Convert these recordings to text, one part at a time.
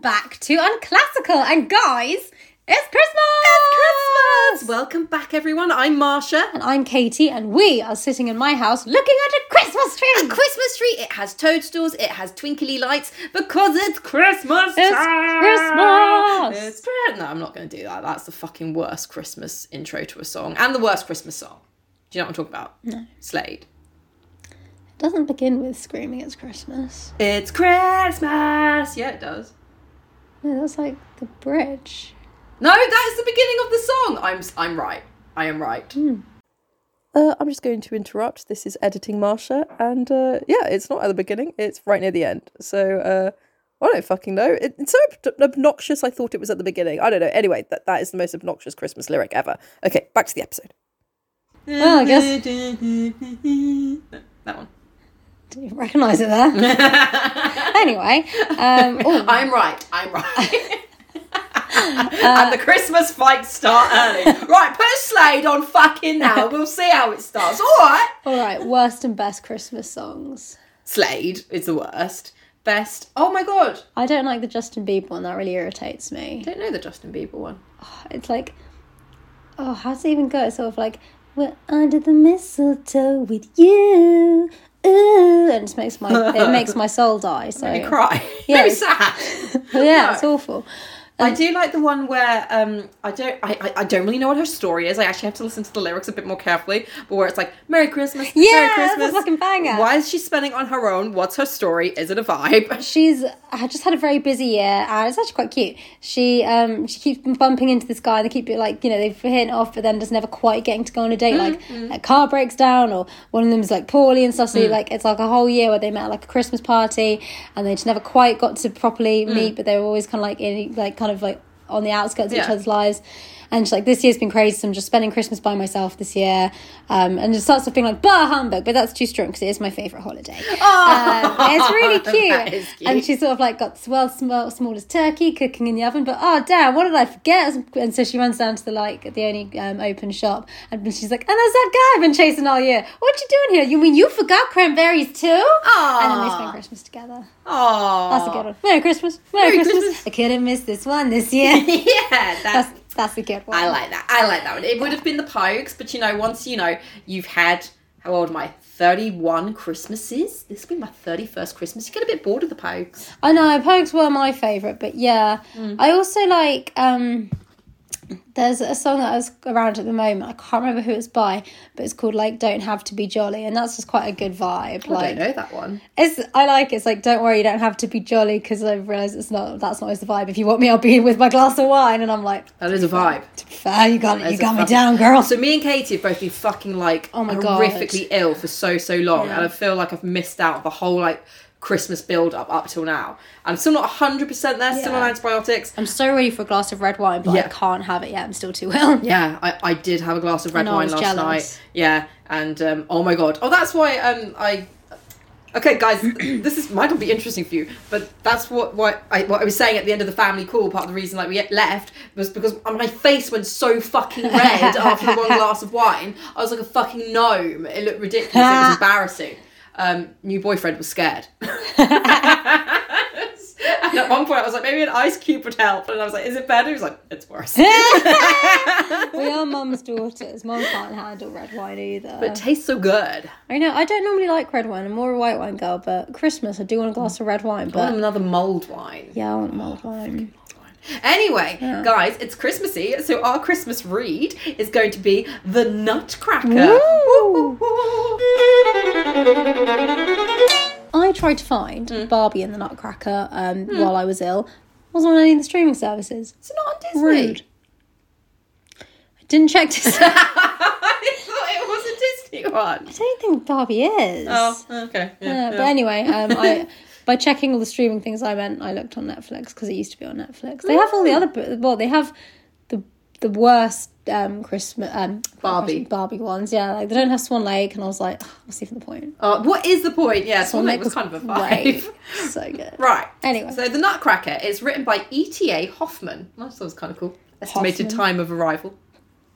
back to Unclassical. And guys, it's Christmas! Christmas! Welcome back, everyone. I'm Marsha. And I'm Katie, and we are sitting in my house looking at a Christmas tree. A Christmas tree. It has toadstools. It has twinkly lights because it's Christmas. It's time. Christmas. It's Chri- No, I'm not going to do that. That's the fucking worst Christmas intro to a song and the worst Christmas song. Do you know what I'm talking about? No. Slade. It doesn't begin with screaming it's Christmas. It's Christmas. Yeah, it does. No, that's like the bridge. No, that is the beginning of the song. I'm I'm right. I am right. Hmm. Uh, I'm just going to interrupt. This is editing Marsha, and uh, yeah, it's not at the beginning. It's right near the end. So uh, I don't fucking know. It, it's so ob- obnoxious. I thought it was at the beginning. I don't know. Anyway, that that is the most obnoxious Christmas lyric ever. Okay, back to the episode. Well, I guess- that one. Do you recognise it there? anyway, um, oh, I'm right. I'm Uh, right. and the Christmas fights start early. right, put a Slade on fucking now. We'll see how it starts. All right. all right, worst and best Christmas songs. Slade is the worst. Best. Oh my god. I don't like the Justin Bieber one. That really irritates me. I don't know the Justin Bieber one. It's like, oh, how does it even go? It's sort of like, we're under the mistletoe with you. Ooh, and it just makes my it makes my soul die. So You cry. Yeah, Very it's- sad. yeah, it's awful. I do like the one where um I don't I, I, I don't really know what her story is. I actually have to listen to the lyrics a bit more carefully, but where it's like Merry Christmas, Merry Yeah, that's a Christmas. fucking banger. Why is she spending on her own? What's her story? Is it a vibe? She's I just had a very busy year, and it's actually quite cute. She um she keeps bumping into this guy, and they keep like you know they've hit it off, but then just never quite getting to go on a date. Like a car breaks down, or one of them's like poorly and stuff. So like it's like a whole year where they met at like a Christmas party, and they just never quite got to properly meet, but they were always kind of like in like kind of like on the outskirts of each Yeah. other's lives. And she's like, this year's been crazy, so I'm just spending Christmas by myself this year. Um, and it starts off being like, bah, humbug, but that's too strong because it is my favourite holiday. Um, it's really cute. That is cute. And she's sort of like got the world's small, smallest turkey cooking in the oven, but oh damn, what did I forget? And so she runs down to the like the only um, open shop, and she's like, and there's that guy I've been chasing all year. What you doing here? You mean you forgot cranberries too? And then they spend Christmas together. Aww. That's a good one. Merry Christmas, Merry, Merry Christmas. Christmas. I couldn't miss this one this year. yeah, that's that's that's a good one. I like that. I like that one. It would have been the Pokes, but you know, once you know you've had how old am I? Thirty-one Christmases. This will be my thirty-first Christmas. You get a bit bored of the Pokes. I know Pogues were my favourite, but yeah, I also like. um There's a song that was around at the moment. I can't remember who it's by, but it's called like "Don't Have to Be Jolly," and that's just quite a good vibe. I like, don't know that one. it's I like it. it's like "Don't worry, you don't have to be jolly" because I realise it's not that's not always the vibe. If you want me, I'll be with my glass of wine, and I'm like, That is a vibe. "To be fair, you got it, That's you a got me fucking- down, girl." Oh So me and Katie have both been fucking like my God. horrifically ill for so so long, and I feel like I've missed out the whole like Christmas build up up till now. I'm still not 100 percent there. Still Yeah. on antibiotics. I'm so ready for a glass of red wine, but I Yeah. can't have it yet. I'm still too ill. Yeah, I, I did have a glass of red know, I wine was last jealous. night. Yeah, and um, oh my god. Oh, that's why um, I. Okay, guys, this is might not be interesting for you, but that's what what I, what I was saying at the end of the family call. Part of the reason like we left was because my face went so fucking red after one glass of wine. I was like a fucking gnome. It looked ridiculous. It was embarrassing. Um, new boyfriend was scared. And at one point, I was like, maybe an ice cube would help. And I was like, is it better? He was like, it's worse. we are mum's daughters. Mum can't handle red wine either. It tastes so good. I know. I don't normally like red wine. I'm more a white wine girl, but Christmas I do want a glass of red wine. I want But another mulled wine. yeah, I want mulled wine. Anyway, guys, it's Christmassy, so our Christmas read is going to be The Nutcracker. Ooh. I tried to find Barbie and the Nutcracker um, while I was ill. Wasn't on any of the streaming services. It's not on Disney. Rude. I didn't check to see. I I thought it was a Disney one. don't think Barbie is. Oh, okay. Uh, Yeah, But anyway, um, I by checking all the streaming things, I meant I looked on Netflix because it used to be on Netflix. They have all Mm. the other well, they have the the worst um Christmas um Barbie. Barbie ones. Yeah, like they don't have Swan Lake, and I was like, "Ugh, what's even the point? Uh, what is the point? Yeah, Swan Lake was kind of a great. vibe. so good. Right. Anyway. So The Nutcracker is written by E.T.A. Hoffman. I thought it was kind of cool. Estimated time of arrival.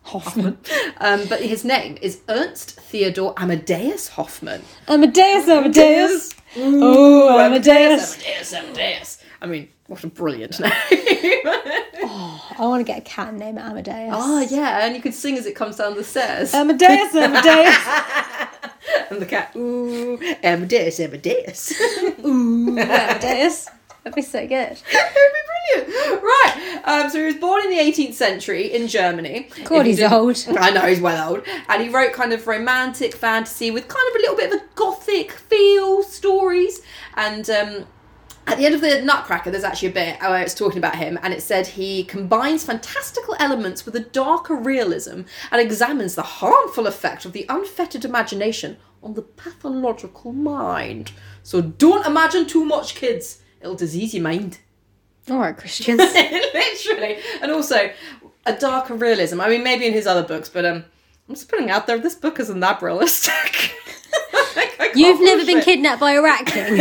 Hoffman. Um, but his name is Ernst Theodore Amadeus Hoffman. Amadeus, Amadeus. Oh, Amadeus. Amadeus, Amadeus. I mean, what a brilliant name. I want to get a cat named Amadeus. Ah, yeah, and you could sing as it comes down the stairs. Um, Amadeus, Amadeus. and the cat, ooh, Amadeus, Amadeus. Ooh, Amadeus. That'd be so good. It'd be brilliant. Right. Um, so he was born in the 18th century in Germany. God, If you he's didn't- old. I know, he's well old. And he wrote kind of romantic fantasy with kind of a little bit of a gothic feel stories. And um, at the end of the Nutcracker, there's actually a bit where it's talking about him, and it said he combines fantastical elements with a darker realism and examines the harmful effect of the unfettered imagination on the pathological mind. So don't imagine too much, kids. It'll disease your mind. All right, Christians. literally and also a darker realism i mean maybe in his other books but um i'm just putting out there this book isn't that realistic Like, I can't You've never been push it. kidnapped by a rat king.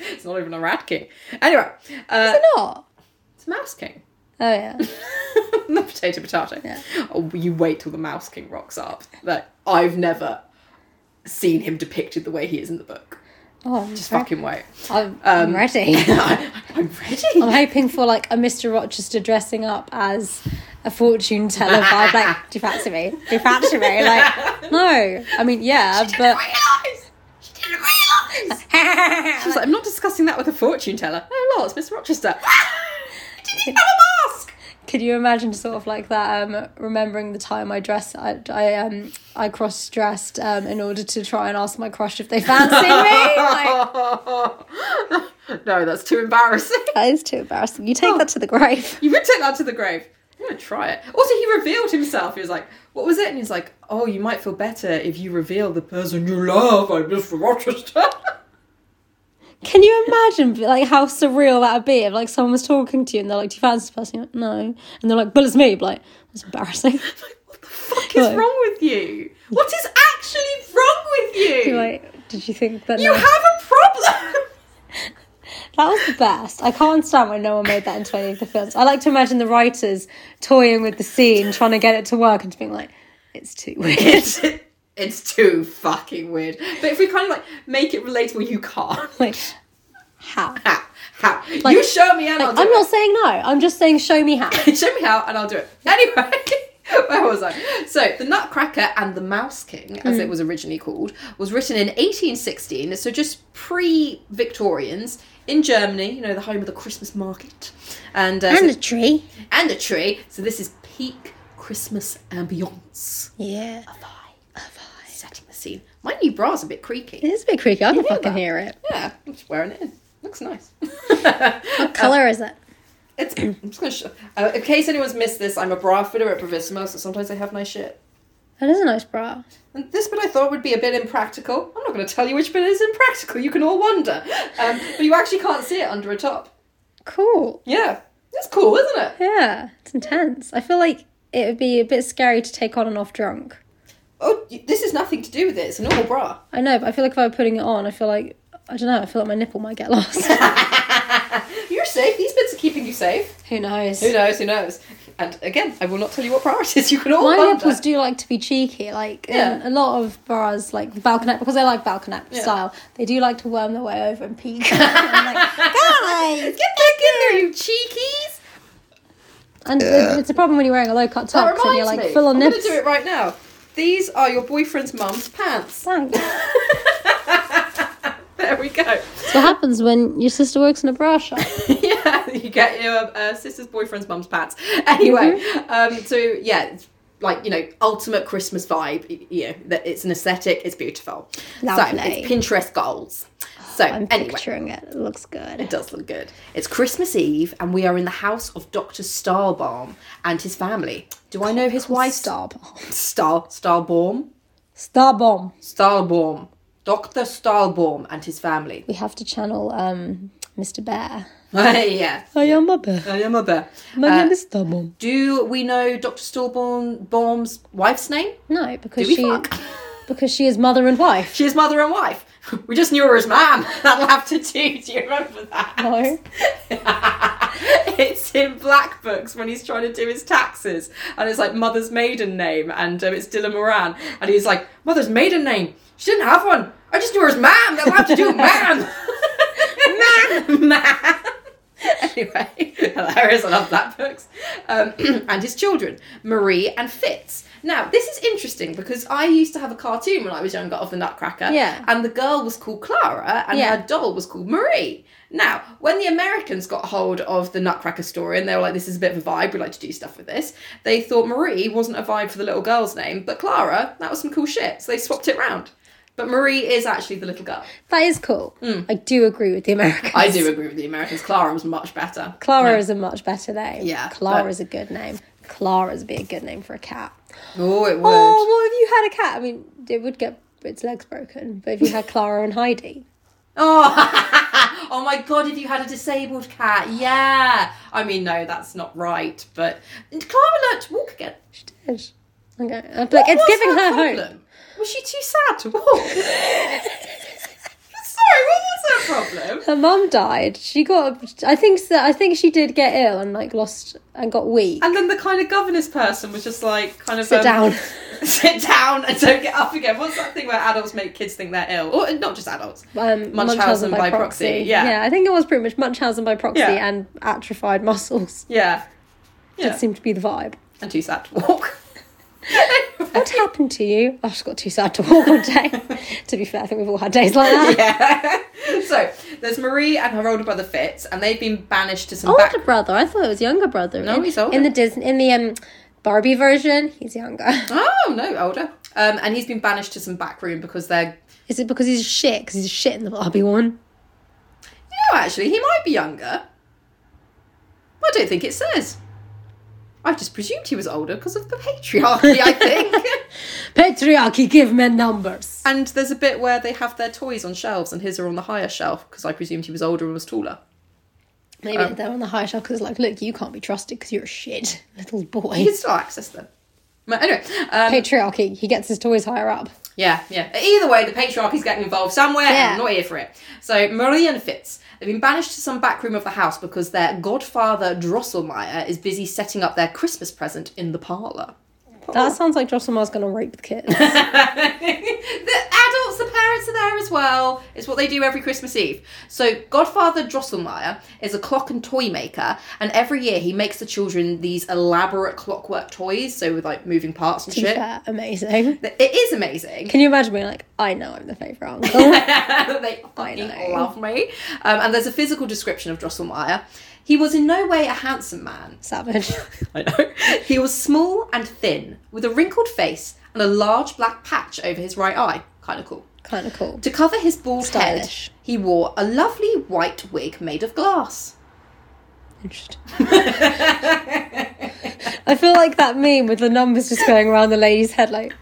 it's not even a rat king anyway uh Not. it's a mouse king Oh yeah. the potato potato oh you wait till the mouse king rocks up like i've never seen him depicted the way he is in the book Oh, I'm, just fucking wait I'm, I'm um, ready. i'm ready I'm hoping for like a Mr. Rochester dressing up as a fortune teller vibe. Like, do you fancy me? Do you fancy me? Like, no. I mean, yeah, but realize she didn't realize I was like, I'm not discussing that with a fortune teller. Oh, Lord, it's Miss Rochester. I didn't even have a mask. Could you imagine sort of like that? Um, remembering the time I dressed, I, I um, I cross dressed um, in order to try and ask my crush if they fancied me. Like, no, that's too embarrassing. that is too embarrassing. You take that to the grave. You would take that to the grave. I'm gonna try it. Also, he revealed himself. He was like, "What was it?" And he's like, "Oh, you might feel better if you reveal the person you love." I'm Miss Rochester. Can you imagine like how surreal that would be if like someone was talking to you and they're like, "Do you fancy this person?" You're like, no, and they're like, "But it's me." You'd be like that's embarrassing. like, what the fuck is Right. wrong with you? What is actually wrong with you? You're like, did you think that? you no- have a problem. That was the best. I can't stand when no one made that into any of the films. I like to imagine the writers toying with the scene, trying to get it to work, and just being like, "It's too weird." it's it's too fucking weird. But if we kind of like make it relatable, you can't. like, how? How? How? you show me and I'll Like, do I'm it. not saying no. I'm just saying show me how. show me how and I'll do it. Anyway, where was I? So, The Nutcracker and the Mouse King, as it was originally called, was written in 1816, so just pre Victorians in Germany, you know, the home of the Christmas market. And, uh, so- tree. and a tree. So, this is peak Christmas ambience. Yeah. Setting the scene. My new bra's a bit creaky. It is a bit creaky. I can fucking that? hear it. Yeah, I'm just wearing it in. Looks nice. What colour is it? it's. I'm just gonna. Sh- uh, in case anyone's missed this, I'm a bra fitter at Bravissimo, so sometimes I have nice shit. That is a nice bra. And this bit I thought would be a bit impractical. I'm not going to tell you which bit is impractical. You can all wonder, um, but you actually can't see it under a top. Cool. Yeah, it's cool, isn't it? Yeah. It's intense. I feel like it would be a bit scary to take on and off drunk. Oh, y- this is nothing to do with it. It's a normal bra. I know, but I feel like if I were putting it on, I feel like I don't know. I feel like my nipple might get lost. You're safe. These bits are keeping you safe. Who knows? Who knows? Who knows? And again, I will not tell you what bra it is. You can all My wonder. nipples do like to be cheeky. Like Yeah. in a lot of bras, like the balconette, because I like balconette style. They do like to worm their way over and peek. I'm like, guys. Get back in there, you cheekies! And it's- it's a problem when you're wearing a low cut That top and you're reminds like me. full on I'm nips. gonna do it right now. These are your boyfriend's mum's pants. Thanks. There we go. That's what happens when your sister works in a bra shop. yeah, you get your uh, sister's boyfriend's mum's pants. Anyway, Mm-hmm. um, so yeah, it's like you know, ultimate Christmas vibe. y- You know, that it's an aesthetic. It's beautiful. So Lovely. Oh, it's Pinterest goals. So I'm anyway. picturing it. It looks good. It does look good. It's Christmas Eve, and we are in the house of Doctor Starbaum and his family. Do I know his wife? Star bomb. Star Starbaum. Star bomb. Stahlbaum, Dr. Stahlbaum and his family. We have to channel um, Mr. Bear. yeah, I am a bear. I am a bear. My Uh, name is Star bomb. do we know Dr. Stahlbaum's wife's name? No, because Do we she fuck? because she is mother and wife. She is mother and wife. We just knew her as ma'am. That'll have to do. Do you remember that? No. it's in Black Books when he's trying to do his taxes, and it's like mother's maiden name, and um, it's Dylan Moran, and he's like mother's maiden name. She didn't have one. I just knew her as ma'am. That'll have to do, ma'am. ma'am, ma'am. anyway, hilarious. I love black books. Um, and his children, Marie and Fitz. Now, this is interesting because I used to have a cartoon when I was younger of the Nutcracker. Yeah. And the girl was called Clara and Yeah. her doll was called Marie. Now, when the Americans got hold of the Nutcracker story and they were like, this is a bit of a vibe, we'd like to do stuff with this, they thought Marie wasn't a vibe for the little girl's name, but Clara, that was some cool shit. So they swapped it round. But Marie is actually the little girl. That is cool. I do agree with the Americans. Mm. I do agree with the Americans. Clara was much better. Clara is a much better name. Yeah, Clara but- is a good name. Clara's would be a good name for a cat. Oh, it would. Oh, well, if you had a cat, I mean, it would get its legs broken. But if you had Clara and Heidi, Oh, oh my god, if you had a disabled cat, yeah. I mean, no, that's not right, but and Clara learnt to walk again. she did. Okay, I'd be like, it's What's giving her hope. problem? Was she too sad to walk? Sorry, what was her problem? Her mum died. She got. I think. So, I think she did get ill and like lost and got weak. And then the kind of governess person was just like, kind of. Sit um, down. sit down and don't get up again. What's that thing where adults make kids think they're ill? Or not just adults. Um, Munchausen by proxy, yeah. yeah. I think it was pretty much Munchausen by proxy Yeah. and atrophied muscles. Yeah. Yeah. That seemed to be the vibe. And too sad to walk. What happened to you? I just got too sad to walk one day. to be fair, I think we've all had days like that. yeah. So there's Marie and her older brother Fitz, and they've been banished to some Older back. brother. I thought it was younger brother. No, in, he's older. In the Disney, in the um, Barbie version, he's younger. Oh no, older. Um, and he's been banished to some back room because they're. Is it because he's shit? Because he's shit in the Barbie one. No, actually, he might be younger. I don't think it says. I just presumed he was older because of the patriarchy. I think. Patriarchy give men numbers. and there's a bit where they have their toys on shelves, and his are on the higher shelf because I presumed he was older and was taller. Maybe Um, they're on the higher shelf because, like, look, you can't be trusted because you're a shit little He boy. can still access them. But anyway, um, Patriarchy. He gets his toys higher up. Yeah, yeah. Either way, the patriarchy's getting involved somewhere, and Yeah. I'm not here for it. So Marie and Fitz, they've been banished to some back room of the house because their godfather Drosselmeyer is busy setting up their Christmas present in the parlour. That sounds like Drosselmeyer's gonna rape the kids. the adults, the parents are there as well. It's what they do every Christmas Eve. So Godfather Drosselmeyer is a clock and toy maker, and every year he makes the children these elaborate clockwork toys, so with like moving parts and To be shit. fair, amazing. It is amazing. Can you imagine being like, I know I'm the favourite uncle. they fucking know. love me. Um, and there's a physical description of Drosselmeyer. He was in no way a handsome man. Savage. I know. He was small and thin, with a wrinkled face and a large black patch over his right eye. Kind of cool. kind of cool. To cover his bald Stylish. head, he wore a lovely white wig made of glass. Interesting. I feel like that meme with the numbers just going around the lady's head, like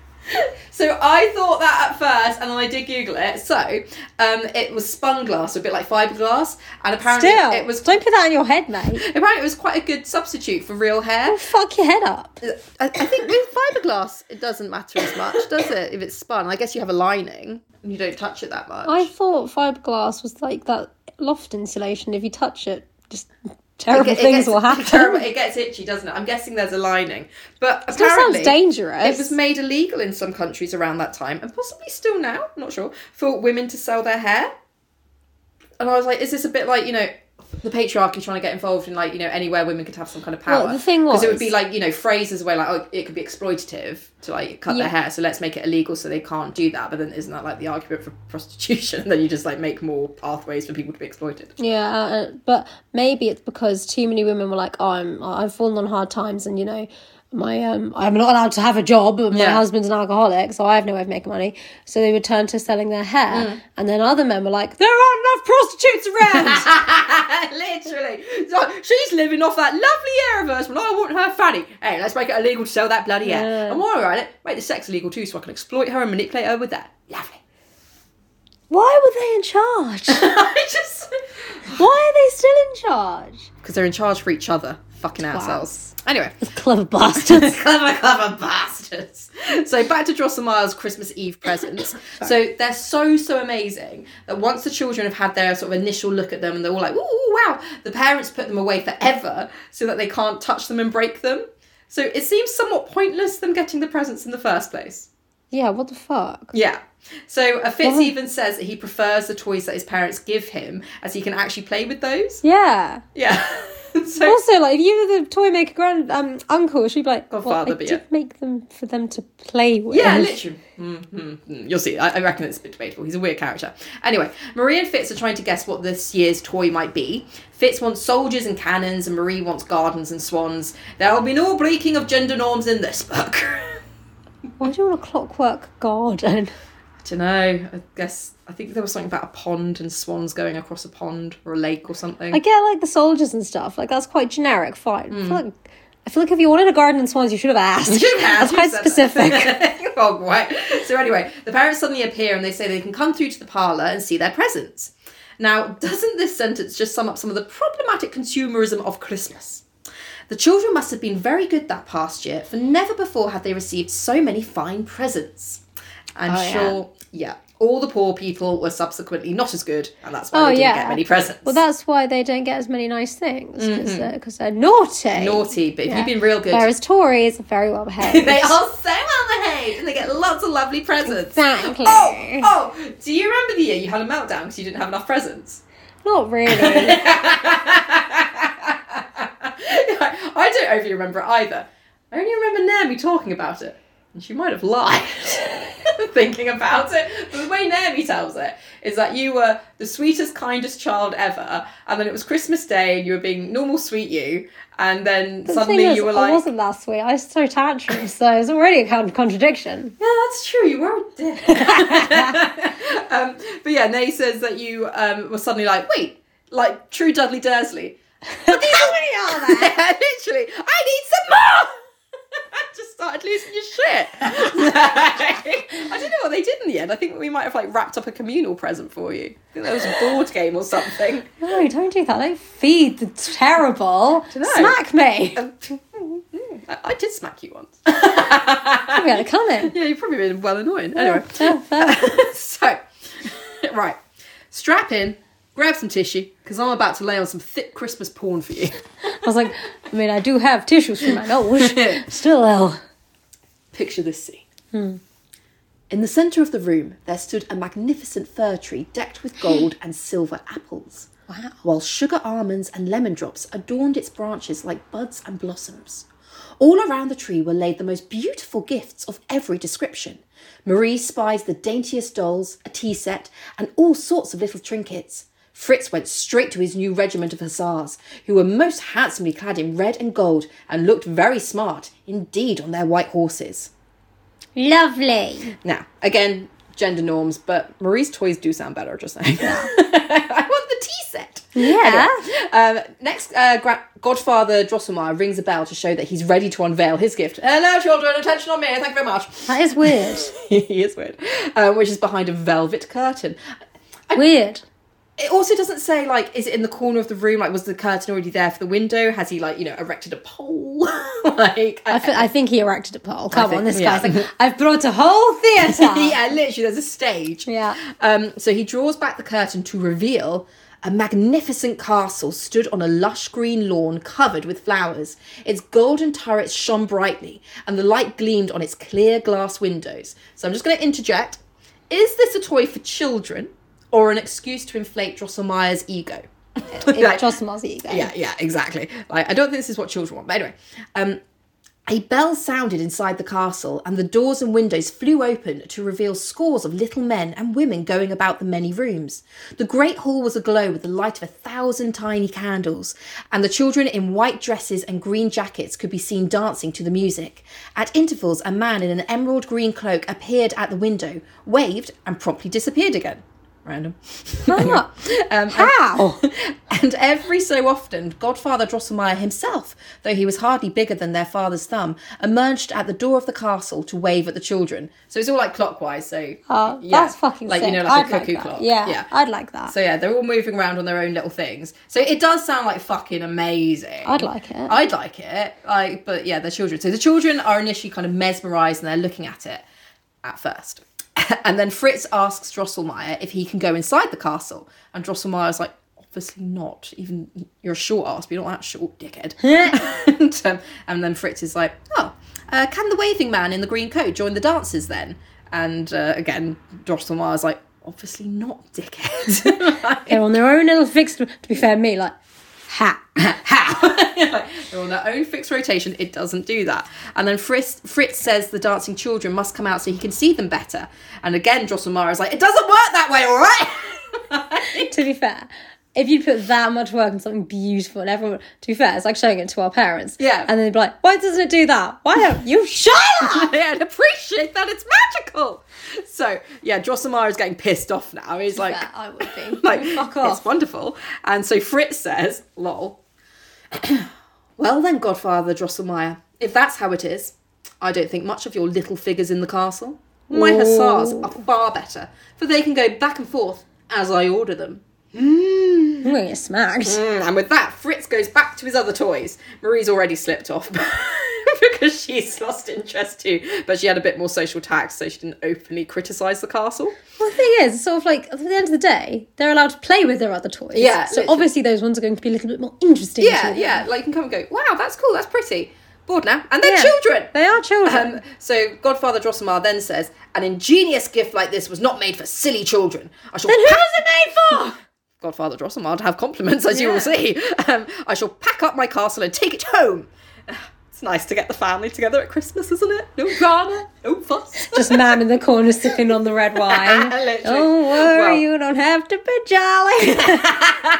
So I thought that at first, and then I did Google it. So um, it was spun glass, a bit like fiberglass, and apparently still. it was don't put that on your head, mate. apparently it was quite a good substitute for real hair. Fuck your head up. I, I think with fiberglass, it doesn't matter as much, does it? If it's spun, I guess you have a lining and you don't touch it that much. I thought fiberglass was like that loft insulation. If you touch it, just It terrible get- it things gets- will happen. terrible- It gets itchy, doesn't it? I'm guessing there's a lining, but Still sounds apparently dangerous. it was made illegal in some countries around that time, and possibly still now. I'm not sure for women to sell their hair. And I was like, is this a bit like you know? The patriarchy trying to get involved in like you know anywhere women could have some kind of power. Well, the thing because it would was- be like you know phrases where like oh, it could be exploitative to like cut Yeah. their hair, so let's make it illegal so they can't do that. But then isn't that like the argument for prostitution? then you just like make more pathways for people to be exploited. Yeah, uh, but maybe it's because too many women were like, "Oh, I'm I've fallen on hard times, and you know, my um, I'm not allowed to have a job. and My Yeah. husband's an alcoholic, so I have no way of making money." So they would turn to selling their hair, Mm. and then other men were like, "There aren't enough prostitutes around." Literally. So she's living off that lovely hair of hers when I want her fanny. Hey, let's make it illegal to sell that bloody hair. Yeah. And while we're at it, make the sex illegal too so I can exploit her and manipulate her with that. Lovely. Why were they in charge? I just. Why are they still in charge? Because they're in charge for each other. Fucking assholes. Anyway. Clever bastards. clever, clever bastards. So back to Drosselmeyer's Christmas Eve presents. so they're so, so amazing that once the children have had their sort of initial look at them and they're all like, ooh, ooh, wow, the parents put them away forever so that they can't touch them and break them. So it seems somewhat pointless them getting the presents in the first place. Yeah, what the fuck? Yeah. So uh, Fitz even says that he prefers the toys that his parents give him, as he can actually play with those. Yeah. Yeah. so Also, like, if you were the toy maker grand um, uncle, she'd be like, Godfather, "Well, I but did yeah." make them for them to play with." Yeah, literally. mm mm, mm. You'll see. I, I reckon it's a bit debatable. He's a weird character. Anyway, Marie and Fitz are trying to guess what this year's toy might be. Fitz wants soldiers and cannons, and Marie wants gardens and swans. There will be no breaking of gender norms in this book. Why do you want a clockwork garden? I don't know. I guess I think there was something about a pond and swans going across a pond or a lake or something. I get like the soldiers and stuff. Like that's quite generic. Fine. I, feel like, I feel like if you wanted a garden in Swans, you should have asked. that's quite specific. oh, right. So anyway, the parents suddenly appear and they say they can come through to the parlour and see their presents. Now, doesn't this sentence just sum up some of the problematic consumerism of Christmas? The children must have been very good that past year, for never before had they received so many fine presents. I'm Oh, yeah. sure, yeah. all the poor people were subsequently not as good, and that's why Oh, they didn't yeah. get many presents. Mm-hmm. well, that's why they don't get as many nice things because they're, 'cause they're naughty. naughty, but if you've been real good, Whereas Tories are very well behaved. they are so well behaved and they get lots of lovely presents. Exactly. Oh, oh, do you remember the year you had a meltdown because you didn't have enough presents? Not really. I don't overly remember it either. I only remember Naomi talking about it. And she might have lied thinking about it. But the way Naomi tells it is that you were the sweetest, kindest child ever. And then it was Christmas Day and you were being normal, sweet you. And then The suddenly thing is, you were I like, wasn't that sweet. I was so tantrums, so it's already a kind of contradiction. Yeah, that's true. You were a dick. um, but yeah, Nay says that you um, were suddenly like, wait, like true Dudley Dursley. How many are there? Literally, I need some more. I just started losing your shit. I don't know what they did in the end. I think we might have like wrapped up a communal present for you. I think that was a board game or something. No, don't do that. Don't feed the terrible. know. Smack me. Um, I, I did smack you once. I'll be able to come in. yeah, you've probably been well annoying. Anyway. Yeah, fair. so, right, strap in, grab some tissue, because I'm about to lay on some thick Christmas porn for you. I was like, I mean, I do have tissues for my nose. Still ill. Picture this scene. In the centre of the room, there stood a magnificent fir tree decked with gold and silver apples. Wow. While sugar almonds and lemon drops adorned its branches like buds and blossoms. All around the tree were laid the most beautiful gifts of every description. Marie spied the daintiest dolls, a tea set, and all sorts of little trinkets. Fritz went straight to his new regiment of hussars, who were most handsomely clad in red and gold and looked very smart indeed on their white horses. Lovely. Now, again, gender norms, but Marie's toys do sound better, just saying. I want the tea set. Yeah. Um, next, uh, gra- Godfather Drosselmeyer rings a bell to show that he's ready to unveil his gift. Hello, children, attention on me, thank you very much. That is weird. he is weird. Um, which is behind a velvet curtain. weird. It also doesn't say, like, is it in the corner of the room? Like, was the curtain already there for the window? Has he, like, you know, erected a pole? like, I, fe- I think he erected a pole. Come think- on, this yeah. guy's like, I've brought a whole theatre. yeah, literally, there's a stage. Yeah. Um, so he draws back the curtain to reveal a magnificent castle stood on a lush green lawn covered with flowers. Its golden turrets shone brightly, and the light gleamed on its clear glass windows. So I'm just going to interject. Is this a toy for children or an excuse to inflate Drosselmeyer's ego? It was Josimar's ego. Yeah, yeah, exactly. Like, I don't think this is what children want. But anyway, um, a bell sounded inside the castle, and the doors and windows flew open to reveal scores of little men and women going about the many rooms. The great hall was aglow with the light of a thousand tiny candles, and the children in white dresses and green jackets could be seen dancing to the music. At intervals, a man in an emerald green cloak appeared at the window, waved, and promptly disappeared again. Random. How? Um, How? and every so often, Godfather Drosselmeyer himself, though he was hardly bigger than their father's thumb, emerged at the door of the castle to wave at the children. So it's all like clockwise. So Oh, yeah, That's fucking like sick. you know, like I'd a cuckoo that. clock. Yeah, yeah. I'd like that. so yeah, they're all moving around on their own little things. So it does sound like fucking amazing. I'd like it. I'd like it. Like, but yeah, they're children. So the children are initially kind of mesmerized and they're looking at it at first. and then Fritz asks Drosselmeyer if he can go inside the castle. And Drosselmeyer's like, obviously not. Even you're a short ass, but you're not that short, dickhead. and, um, and then Fritz is like, oh, uh, can the waving man in the green coat join the dances then? And uh, again, Josh Duhamel is like, obviously not, dickhead. Like, They're on their own little fixed. To be fair, me like ha. how? Like, they're on their own fixed rotation. It doesn't do that. And then Fritz, Fritz says the dancing children must come out so he can see them better. And again, Drosselmeyer is like, it doesn't work that way, all right? to be fair, if you put that much work into something beautiful and everyone, to be fair, it's like showing it to our parents. Yeah. And they'd be like, why doesn't it do that? Why don't you shut up? yeah, and appreciate that it's magical. So yeah, Drosselmeyer is getting pissed off now. He's like, Yeah, I would be. like, fuck It's off. wonderful. And so Fritz says, lol. well then, Godfather Drosselmeyer, if that's how it is, I don't think much of your little figures in the castle. My hussars are far better, for they can go back and forth as I order them. I'm gonna get smacked. Mm, and with that, Fritz goes back to his other toys. Marie's already slipped off because she's lost interest too, but she had a bit more social tact, so she didn't openly criticise the castle. Well, the thing is, it's sort of like at the end of the day, they're allowed to play with their other toys. Yeah, So literally. obviously, those ones are going to be a little bit more interesting. to Yeah, them. yeah, like you can come and go, wow, that's cool, that's pretty. Bored now. And they're Yeah. children! They are children. Um, so Godfather Drosselmeyer then says, "An ingenious gift like this was not made for silly children. I shall." then who was it made for? Godfather Drosselmeyer to have compliments, as you will Yeah. see. Um, I shall pack up my castle and take it home. It's nice to get the family together at Christmas, isn't it? No drama, no fuss. Just man in the corner sipping on the red wine. Literally. Don't worry, Well- you don't have to be jolly.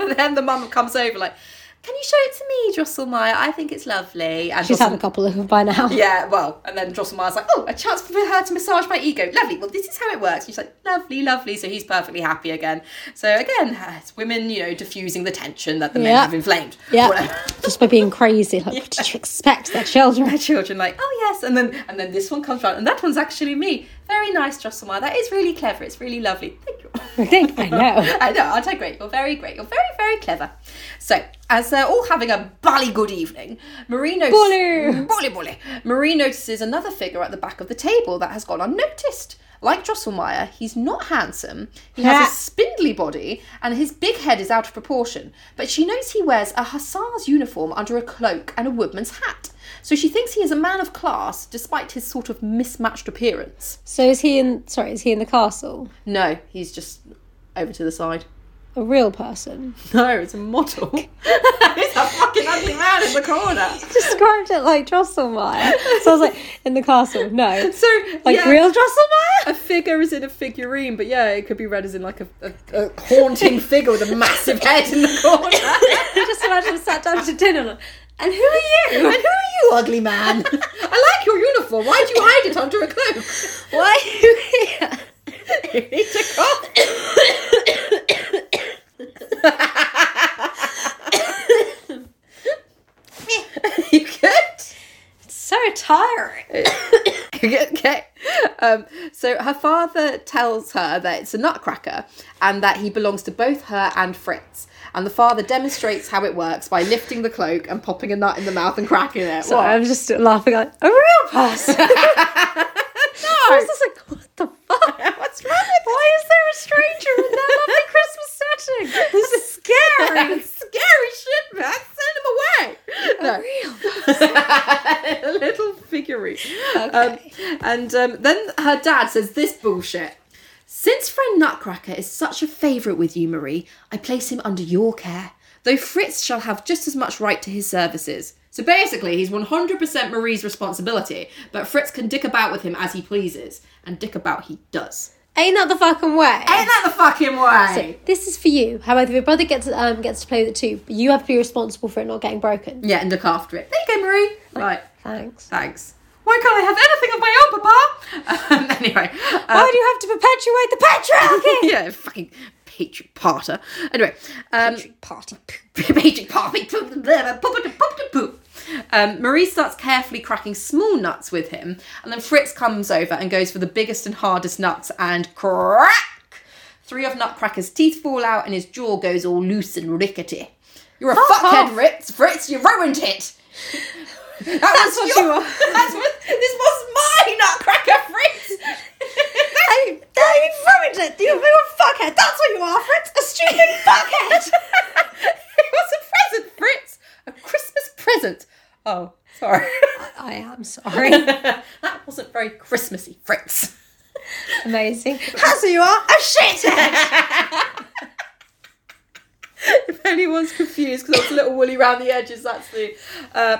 and then the mum comes over, like, "Can you show it to me, Drosselmeyer? I think it's lovely." And She's Drossel- had a couple of them by now. Yeah, well, and then Drosselmeyer's like, oh, a chance for her to massage my ego. Lovely. Well, this is how it works. And she's like, lovely, lovely. So he's perfectly happy again. So again, it's women, you know, diffusing the tension that the men Yeah. have inflamed. Whatever. Yeah, just by being crazy. Like, what did you expect? Their children. Their children like, oh yes, and then and then this one comes round, and that one's actually me. Very nice, Drosselmeyer. That is really clever. It's really lovely. Thank you. I think I know. I know, aren't I great? You're very great. You're very, very clever. So, as they're all having a bally good evening, Marie notices, Bully. Bully, bully. Marie notices another figure at the back of the table that has gone unnoticed. Like Drosselmeyer, he's not handsome. He has a Yeah. spindly body and his big head is out of proportion. But she knows he wears a hussar's uniform under a cloak and a woodman's hat. So she thinks he is a man of class despite his sort of mismatched appearance. So is he in? Sorry, is he in the castle? No, he's just over to the side. A real person? No, it's a model. it's a fucking ugly man in the corner. Described it like Drosselmeyer. So I was like, in the castle? No. So, Like yeah, real Drosselmeyer? A figure is in a figurine, but yeah, it could be read as in like a, a, a haunting figure with a massive head in the corner. I just imagine him sat down to dinner. And who are you? and who are you, ugly man? I like your uniform. Why do you hide it under a cloak? Why are you here? you need to cough. you good? It's so tiring. okay. Um, so her father tells her that it's a nutcracker and that he belongs to both her and Fritz. And the father demonstrates how it works by lifting the cloak and popping a nut in the mouth and cracking it. So I What? was just laughing like a real person. no, I was just like, what the fuck? What's wrong with Why is there a stranger in that lovely Christmas setting? This is Scary scary. shit, man. Send him away. No. a little figurine. Um, and um, then her dad says this bullshit. Since friend Nutcracker is such a favourite with you, Marie, I place him under your care, though Fritz shall have just as much right to his services. So basically, he's 100% Marie's responsibility, but Fritz can dick about with him as he pleases, and dick about he does. Ain't that the fucking way? Ain't that the fucking way? This is for you. However, your brother gets um, gets to play with it too, but you have to be responsible for it not getting broken. Yeah, and look after it. There you go, Marie. Right, Thanks. thanks. Why can't I have anything of my own, Papa? Um, anyway. um, Why do you have to perpetuate the patriarchy? yeah, fucking patriot parter. Anyway, um, Party patriot party. Um, Marie starts carefully cracking small nuts with him, and then Fritz comes over and goes for the biggest and hardest nuts, and crack! Three of Nutcracker's teeth fall out, and his jaw goes all loose and rickety. You're a fuckhead, off. Fritz. Fritz, you ruined it. That that's was what your, you are. That's what, this was my Nutcracker, Fritz. I, I ruined it. You, you're a fuckhead. That's what you are, Fritz. A stupid fuckhead. it was a present, Fritz. A Christmas present. Oh, sorry. I am sorry. that wasn't very Christmassy Fritz. Amazing. As you are a shithead. if anyone's confused, because it's a little woolly round the edges, that's the uh,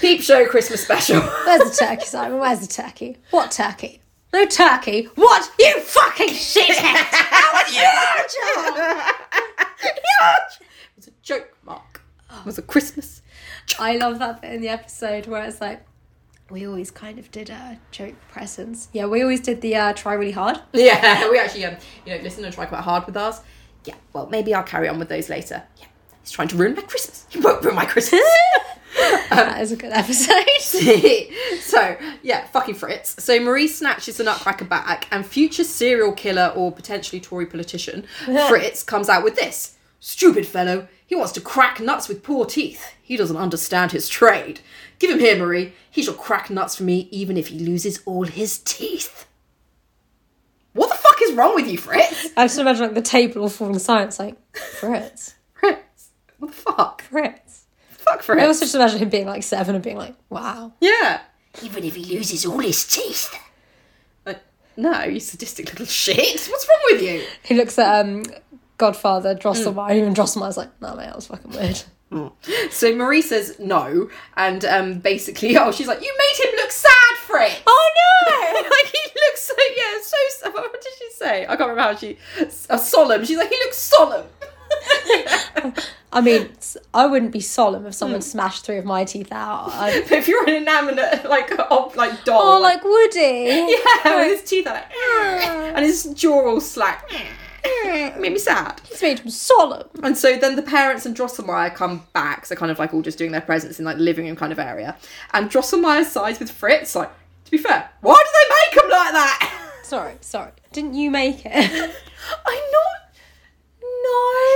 peep show Christmas special. Where's the turkey, Simon? Where's the turkey? What turkey? No turkey. What? You fucking shithead! How would you Joel? It was a joke, Mark. It was a Christmas. I love that bit in the episode where it's like, we always kind of did uh, joke presents. Yeah, we always did the uh, try really hard. Yeah, we actually, um, you know, listen and try quite hard with ours. Yeah, well, maybe I'll carry on with those later. Yeah, he's trying to ruin my Christmas. You won't ruin my Christmas. that is a good episode. so yeah, fucking Fritz. So Marie snatches the Nutcracker back, and future serial killer or potentially Tory politician Fritz comes out with this stupid fellow. He wants to crack nuts with poor teeth. He doesn't understand his trade. Give him here, Marie. He shall crack nuts for me, even if he loses all his teeth. What the fuck is wrong with you, Fritz? I just imagine like the table all falling silent. It's like, Fritz, Fritz, what the fuck? Fritz. Fuck Fritz. I also just imagine him being like seven and being like, wow. yeah. even if he loses all his teeth. Like, no, you sadistic little shit. What's wrong with you? He looks at um, Godfather, Drosselmeyer, even Drosselmeyer's like, no, mate, that was fucking weird. So Marie says no, and um, basically, oh, she's like, you made him look sad, Fritz. Oh no! like he looks so yeah, so. s- What did she say? I can't remember how she. Uh, solemn. She's like, he looks solemn. I mean, s- I wouldn't be solemn if someone smashed three of my teeth out. I, if you're an inanimate like ob, like doll, oh, like Woody. yeah, with his teeth are like, and his jaw all slack. Made me sad. He's made him solemn. And so then the parents and Drosselmeyer come back. So kind of like all just doing their presents in like the living room kind of area. And Drosselmeyer sides with Fritz. Like, to be fair, why do they make him like that? Sorry, sorry. Didn't you make it? I'm not. No.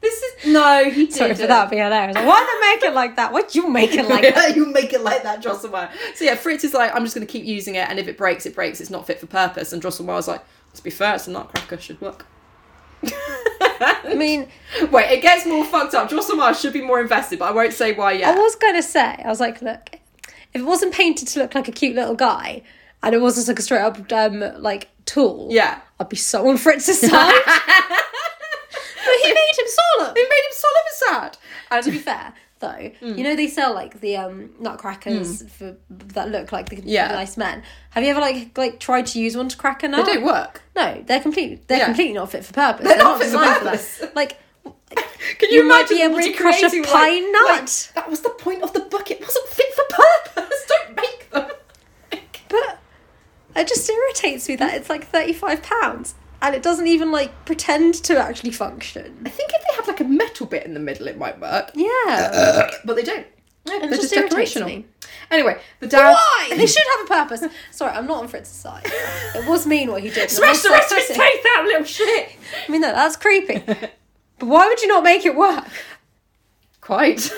This is no. He did sorry for that being hilarious. Like, Why they make it like that? Why'd you make it like that? Like, you make it like that, Drosselmeyer. So yeah, Fritz is like, I'm just going to keep using it, and if it breaks, it breaks. It's not fit for purpose. And Drosselmeyer's like, to be fair, it's a nutcracker. Should work. I mean, Wait, it gets more fucked up. Drosselmeyer should be more invested, but I won't say why yet. I was going to say, I was like, look, if it wasn't painted to look like a cute little guy and it was just like a straight up, um, like, tool, Yeah. I'd be so on Fritz's side. but he made him solemn. They made him Mm. solemn and sad. And to be fair though you know they sell like the um nutcrackers for that look like the Mm. Yeah. nice men have you ever like like tried to use one to crack a nut They don't work. no they're completely they're Yeah. completely not fit for purpose they're, not not, fit for designed for, purpose. that like Can You might be able to crush a recreating, pine nut. that was the point of the book. It wasn't fit for purpose. Don't make them. but it just irritates me that it's like 35 pounds and it doesn't even like pretend to actually function I think if they have like a metal bit in the middle, it might work. yeah But they don't. No, it they're just just, irritates decorational. me. Anyway, the dad. why they should have a purpose sorry i'm not on fritz's side it was mean what he did and I'm Smash the not rest of his teeth Fritz's. out, little shit. I mean, no, that's creepy. but why would you not make it work? Quite.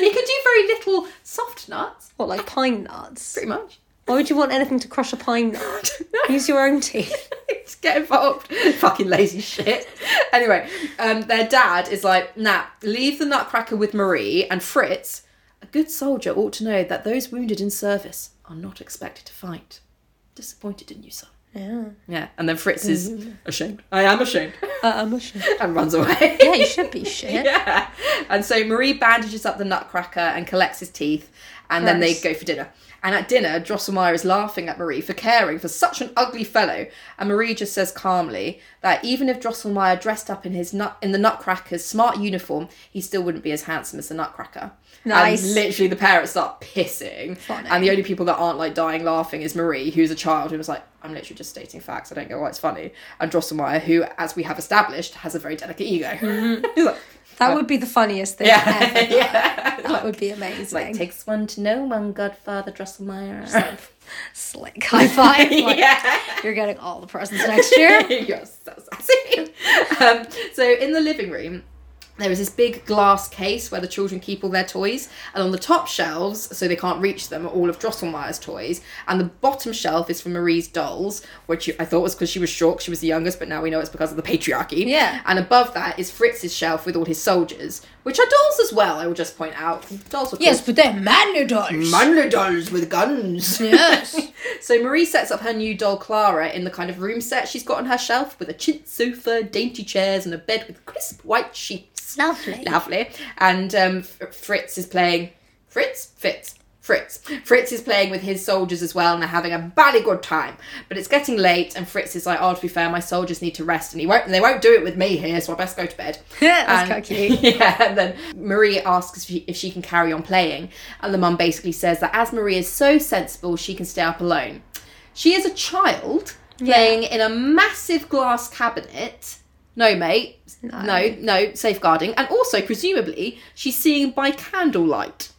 he could do very little soft nuts, What, like pine nuts? pretty much. Why would you want anything to crush a pine nut? Use your own teeth. Just get involved. Fucking lazy shit. Anyway, um, their dad is like, nah, leave the nutcracker with Marie and Fritz. A good soldier ought to know that those wounded in service are not expected to fight. Disappointed in you, son. Yeah. Yeah, and then Fritz is ashamed. I am ashamed. Uh, I'm not sure. and runs away. Yeah, you should be shit. yeah. And so Marie bandages up the nutcracker and collects his teeth, and then they Gross. go for dinner. And at dinner, Drosselmeyer is laughing at Marie for caring for such an ugly fellow, and Marie just says calmly that even if Drosselmeyer dressed up in his nut in the Nutcracker's smart uniform, he still wouldn't be as handsome as the Nutcracker. Nice. And literally, the parents start pissing, Funny. and the only people that aren't like dying laughing is Marie, who's a child who was like, "I'm literally just stating facts. I don't get why it's funny." And Drosselmeyer, who, as we have established, has a very delicate ego, Mm-hmm. he's like, That would be the funniest thing yeah, ever. yeah. That would be amazing. Like takes one to know one, Godfather Drosselmeyer. Slick high five. Like, yeah. You're getting all the presents next year. You're so sassy. Um, so in the living room, there is this big glass case where the children keep all their toys, and on the top shelves, so they can't reach them, are all of Drosselmeyer's toys, and the bottom shelf is for Marie's dolls, which you- I thought was because she was short, she was the youngest, but now we know it's because of the patriarchy. Yeah. And above that is Fritz's shelf with all his soldiers, which are dolls as well. I will just point out dolls. Were Yes, but they're manly dolls. manly dolls with guns. yes. So Marie sets up her new doll Clara in the kind of room set she's got on her shelf with a chintz sofa, dainty chairs, and a bed with crisp white sheets. Lovely. Lovely. And um, F- Fritz is playing. Fritz? Fritz. Fritz. Fritz is playing with his soldiers as well, and they're having a bally good time. But it's getting late, and Fritz is like, "Oh, to be fair, my soldiers need to rest, and he won't. They won't do it with me here, so I best go to bed." That's quite And- cute. yeah, and then Marie asks if she, if she can carry on playing, and the mum basically says that as Marie is so sensible, she can stay up alone. She is a child playing in a massive glass cabinet. No, mate. No. no, safeguarding. And also, presumably, she's seeing by candlelight.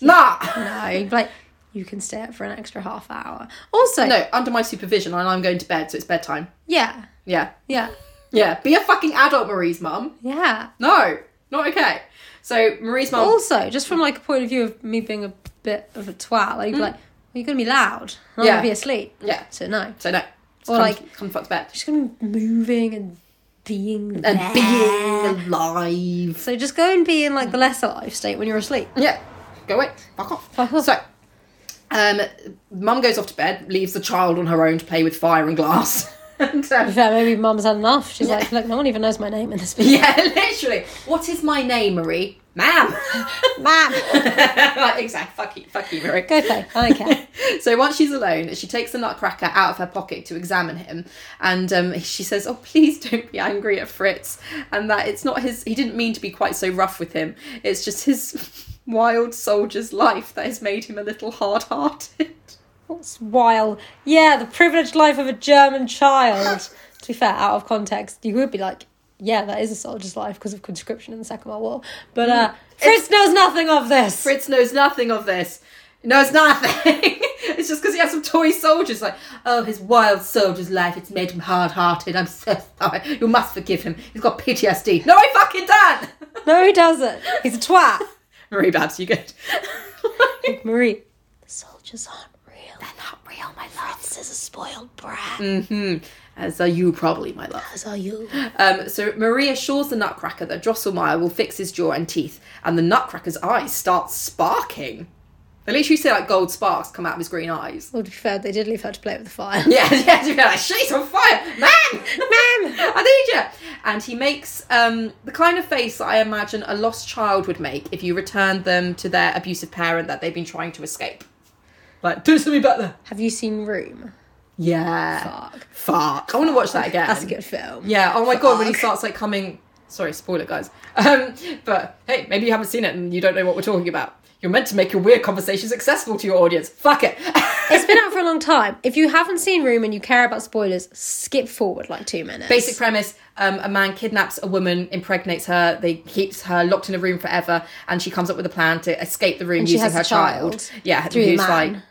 Nah! No, you'd be like, you can stay up for an extra half hour. Also, No, under my supervision, and I'm going to bed, so it's bedtime. yeah, Yeah. yeah, Yeah. Be a fucking adult, Marie's mum. yeah. No, not okay. So, Marie's mum. Also, just from like a point of view of me being a bit of a twat, like, you'd be like, well, you're going to be loud. And I'm Mm. Yeah. going to be asleep. Yeah. So, no. So, no. Just Or come, like- come fuck to bed. She's going to be moving and being there. and being alive. So just go and be in like the less alive state when you're asleep. Yeah, go away, fuck off. Fuck off. So, um, mum goes off to bed, leaves the child on her own to play with fire and glass. and, um, Yeah, maybe mum's had enough. She's like, look, no one even knows my name in this video. yeah, literally. What is my name, Marie? Ma'am. Ma'am. like, exactly. Fuck you, fuck you, Marie. Go play. I don't care. so once she's alone, she takes the nutcracker out of her pocket to examine him, and um, she says, "Oh, please don't be angry at Fritz, and that it's not his. He didn't mean to be quite so rough with him. It's just his wild soldier's life that has made him a little hard-hearted." What's wild? Yeah, the privileged life of a German child. to be fair, out of context, you would be like, yeah, that is a soldier's life because of conscription in the Second World War. But Mm. uh, Fritz knows nothing of this. Fritz knows nothing of this. Knows nothing. it's just because he has some toy soldiers. Like, oh, his wild soldier's life. It's made him hard-hearted. I'm so sorry. You must forgive him. He's got PTSD. No, I fucking don't. No, he doesn't. He's a twat. Marie Babs, you good? Marie, the soldiers aren't real. They're not real, my love. Mm. This is a spoiled brat. As are you, probably, my love. As are you. Um, so Marie assures the Nutcracker that Drosselmeyer will fix his jaw and teeth, and the Nutcracker's eyes start sparking. At least you see like gold sparks come out of his green eyes. Well, to be fair, they did leave her to play with the fire. Yeah, yeah, to be like, she's on fire, man, man, I need you. And he makes um, the kind of face that I imagine a lost child would make if you returned them to their abusive parent that they've been trying to escape. Like, do something about that. Have you seen Room? Yeah. Fuck. Fuck. I want to watch that again. That's a good film. Yeah. Oh my god, when he starts like coming. Sorry, spoiler, guys. Um, but hey, maybe you haven't seen it and you don't know what we're talking about. You're meant to make your weird conversations accessible to your audience. Fuck it. It's been out for a long time. If you haven't seen Room and you care about spoilers, skip forward like two minutes. Basic premise: um, a man kidnaps a woman, impregnates her. They keeps her locked in a room forever, and she comes up with a plan to escape the room And she using has her a child Yeah, through the who's man. like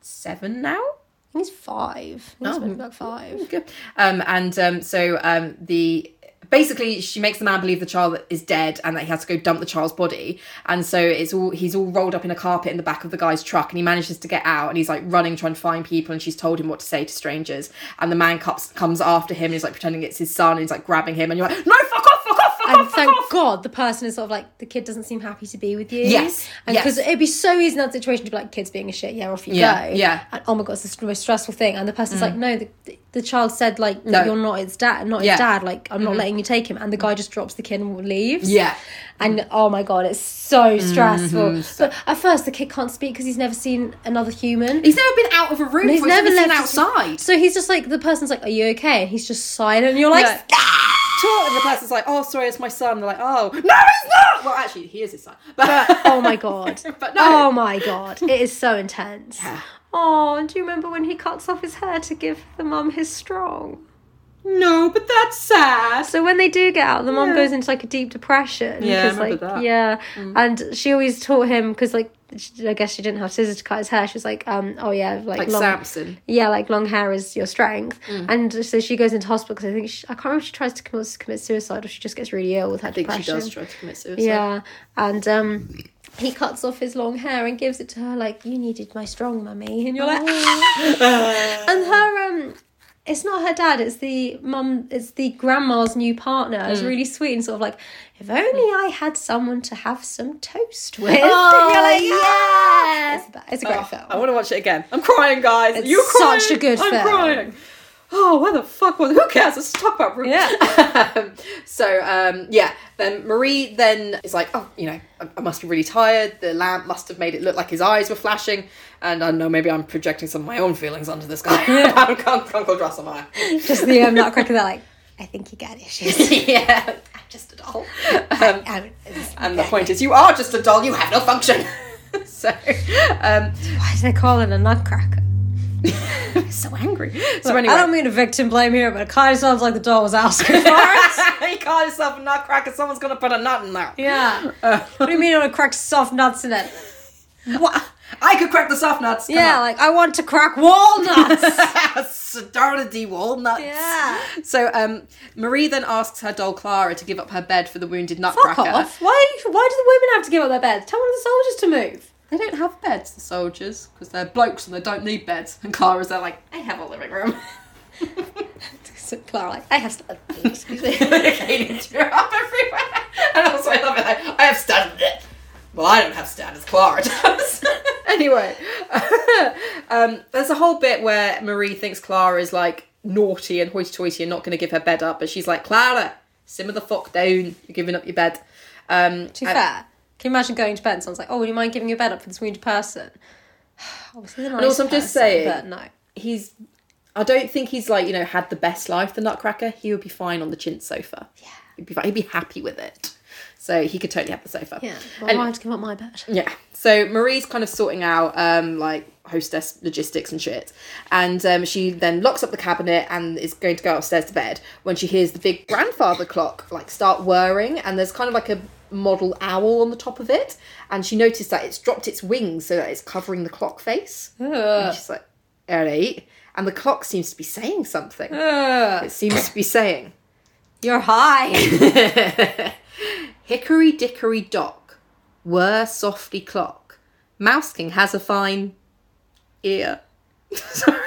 seven now. I think it's five. I think it's maybe like five. Good. Um, and um, so um, the basically she makes the man believe the child is dead and that he has to go dump the child's body. And so it's all he's all rolled up in a carpet in the back of the guy's truck, and he manages to get out and he's like running trying to find people. And she's told him what to say to strangers. And the man comes comes after him and he's like pretending it's his son and he's like grabbing him. And you're like, no, fuck off, fuck off, fuck And off, fuck thank off. God the person is sort of like the kid doesn't seem happy to be with you. Yes, and yes. because it'd be so easy in that situation to be like kids being a shit. Yeah, off you Yeah, go. yeah. Mm. And oh my God, it's the most stressful thing. And the person's like, no, the, the child said like No. you're not his dad, not Yeah. Mm-hmm. his dad. Like I'm not letting you take him. And the guy just drops the kid and leaves. Yeah. Mm-hmm. And oh my god, it's so stressful. But at first, the kid can't speak because he's never seen another human. He's never been out of a room. He's before, He's never been left- outside. So he's just like the person's like, "Are you okay?" And he's just silent. And you're like, Yeah. Talk, and the person's like, "Oh, sorry, it's my son." They're like, "Oh, no, it's not." Well, actually, he is his son. But "Oh my god!" But no. Oh my god! It is so intense. Oh, and do you remember when he cuts off his hair to give the mum his strong? No, but that's sad. So when they do get out, the mum goes into like a deep depression. Yeah, I 'cause, remember like, that. Mm. Yeah, and she always taught him because like I guess she didn't have scissors to cut his hair. She was like, um, oh yeah, like, Like long, Samson. Mm. yeah, like long hair is your strength. And so she goes into hospital because I think she, I can't remember if she tries to commit, commit suicide or she just gets really ill with her I think depression. she does try to commit suicide. Yeah, and um, he cuts off his long hair and gives it to her like, "You needed my strong mummy," and you're like, and her um, it's not her dad, it's the mum, it's the grandma's new partner. It's Mm. really sweet and sort of like, if only I had someone to have some toast with. Oh, and you're like, yeah, it's, ba- it's a great film. I want to watch it again. I'm crying, guys. It's You're crying. such a good I'm film. crying. Oh, where the fuck was? Who cares? Let's talk about Ruth. Yeah. so, um, yeah. Then Marie then is like, oh, you know, I, I must be really tired. The lamp must have made it look like his eyes were flashing, and I don't know maybe I'm projecting some of my own feelings onto this guy. I can't, can't call Drosselmeyer. Just the um, nutcracker, they're like, I think you got issues. yeah, I'm just a doll. Um, Um, it's- and the point is, you are just a doll. You have no function. so, um, why do they call it a nutcracker? so angry. So I don't mean to victim blame here, but it kind of sounds like the doll was asking for it. you call yourself a nutcracker, someone's gonna put a nut in there. Yeah. what do you mean I want to crack soft nuts in it? What? I could crack the soft nuts. Come yeah, like I want to crack walnuts. on. Started the walnuts. Yeah. So um, Marie then asks her doll Clara to give up her bed for the wounded nutcracker. Fuck off. Why, why do the women have to give up their beds? Tell one of the soldiers to move. They don't have beds, the soldiers, because they're blokes and they don't need beds. And Clara's there like, I have a living room. So Clara, like, I have some. Excuse me. Katie threw up everywhere. And also I love it. Like, I have standards. Well, I don't have standards. Clara does. anyway, um, there's a whole bit where Marie thinks Clara is like naughty and hoity-toity and not going to give her bed up, but she's like, Clara, simmer the fuck down. You're giving up your bed. Um, To be and- fair, can you imagine going to bed and someone's like, oh, would you mind giving your bed up for this wounded person? Obviously, they're not. also, I'm just saying- But no. he's. I don't think he's like you know had the best life. The Nutcracker, he would be fine on the chintz sofa. Yeah, he'd be fine. He'd be happy with it. So he could totally have the sofa. Yeah. Well, And- why have to give up my bed? Yeah. So Marie's kind of sorting out um like hostess logistics and shit. And um she then locks up the cabinet and is going to go upstairs to bed when she hears the big grandfather clock like start whirring and there's kind of like a model owl on the top of it and she noticed that it's dropped its wings so that it's covering the clock face. And she's like, Alright. And the clock seems to be saying something. It seems to be saying You're high. Hickory dickory dock, whir softly clock. Mouse King has a fine ear. Sorry.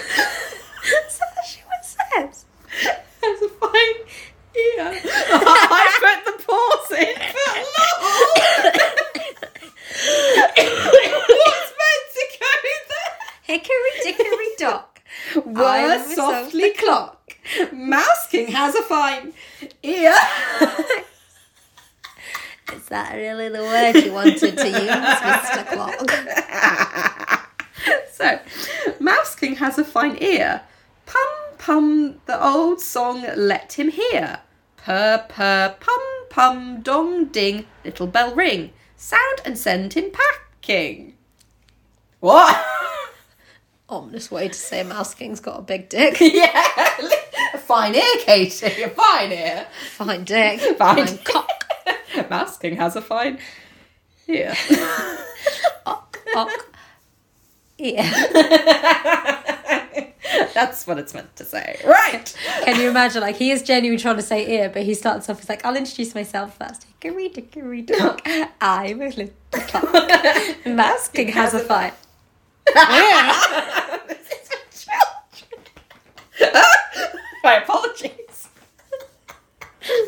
That's what she says. has a fine ear. I put the pause in for lol. What's meant to go there? Hickory dickory dock. Whir I'm a softly clock. Mouse King has a fine ear. Is that really the word you wanted to use, Mr. Clock? So, Mouse King has a fine ear. Pum pum, the old song let him hear. Purr purr, pum pum, dong ding, little bell ring. Sound and send him packing. What? ominous way to say Mouse King's got a big dick. yeah, a fine ear, Katie, a fine ear. Fine dick. Fine. cock. Mouse King has a fine ear. Cock. Yeah. That's what it's meant to say. Right. Can you imagine? Like he is genuinely trying to say ear, but he starts off as like, "I'll introduce myself first. Hickory dickory dock. I'm a little clock. Mouse King has a fight. My apologies.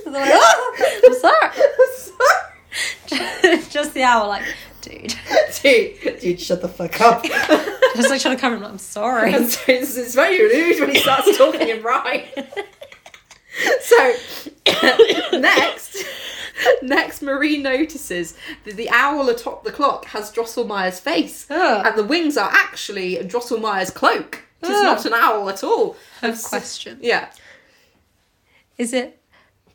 I'm like, "Oh, I'm sorry. Sorry. Just the owl, like, dude. Dude, dude, shut the fuck up. Just like trying to cover him. like, I'm sorry. it's, it's, it's very rude when he starts talking in rhyme. So next, next, Marie notices that the owl atop the clock has Drosselmeyer's face, Ugh. and the wings are actually Drosselmeyer's cloak. It's not an owl at all. Have question. Yeah, Is it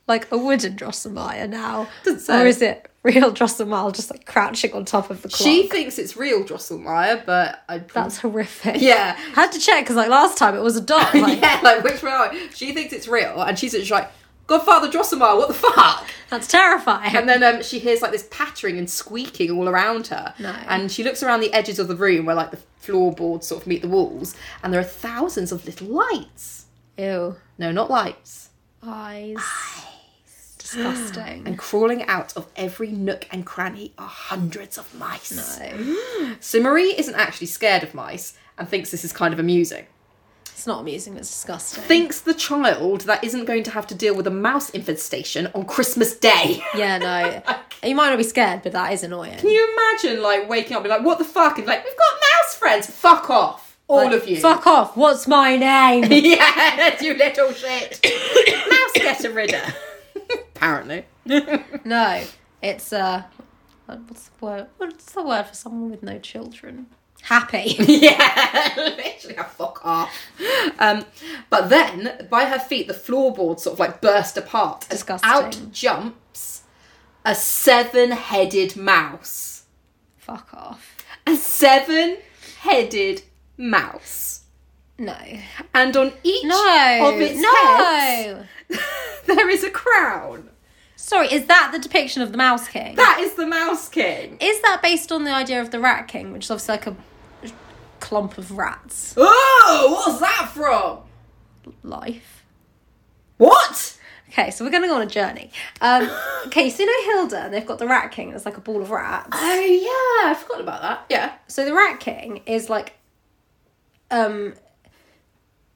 like a wooden Drosselmeyer now, Doesn't say. or is it real Drosselmeyer just like crouching on top of the clock? she thinks it's real Drosselmeyer, but I That's horrific. yeah. Had to check because like last time it was a dog. Like, yeah, like which one? She thinks it's real, and she's just like, Godfather Drosselmeyer, what the fuck? That's terrifying. And then um, she hears like this pattering and squeaking all around her. No. And she looks around the edges of the room where like the floorboards sort of meet the walls, and there are thousands of little lights. Ew. No, not lights. Eyes. Disgusting. And crawling out of every nook and cranny are hundreds of mice. No. So Marie isn't actually scared of mice and thinks this is kind of amusing. It's not amusing, it's disgusting. Thinks the child that isn't going to have to deal with a mouse infestation on Christmas Day. yeah, no. You might not be scared, but that is annoying. Can you imagine like waking up and be like, what the fuck? And be like, we've got mouse friends. Fuck off. All Like, of you. Fuck off. What's my name? yeah, you little shit. mouse getter ridder. Apparently. no. It's uh what's the word what's the word for someone with no children? Happy. Yeah, literally a fuck off. Um, but then, by her feet, the floorboard sort of like burst apart. and Disgusting. Out jumps a seven-headed mouse. Fuck off. A seven-headed mouse. No. And on each No. of its heads, no. there is a crown. Sorry, is that the depiction of the Mouse King? That is the Mouse King. Is that based on the idea of the Rat King, which is obviously like a clump of rats? Oh, what's that from? Life. What? Okay, so we're going to go on a journey. Um, okay, so you know Hilda, and they've got the Rat King, and it's like a ball of rats. Oh yeah, I forgot about that. Yeah. So the Rat King is like, um,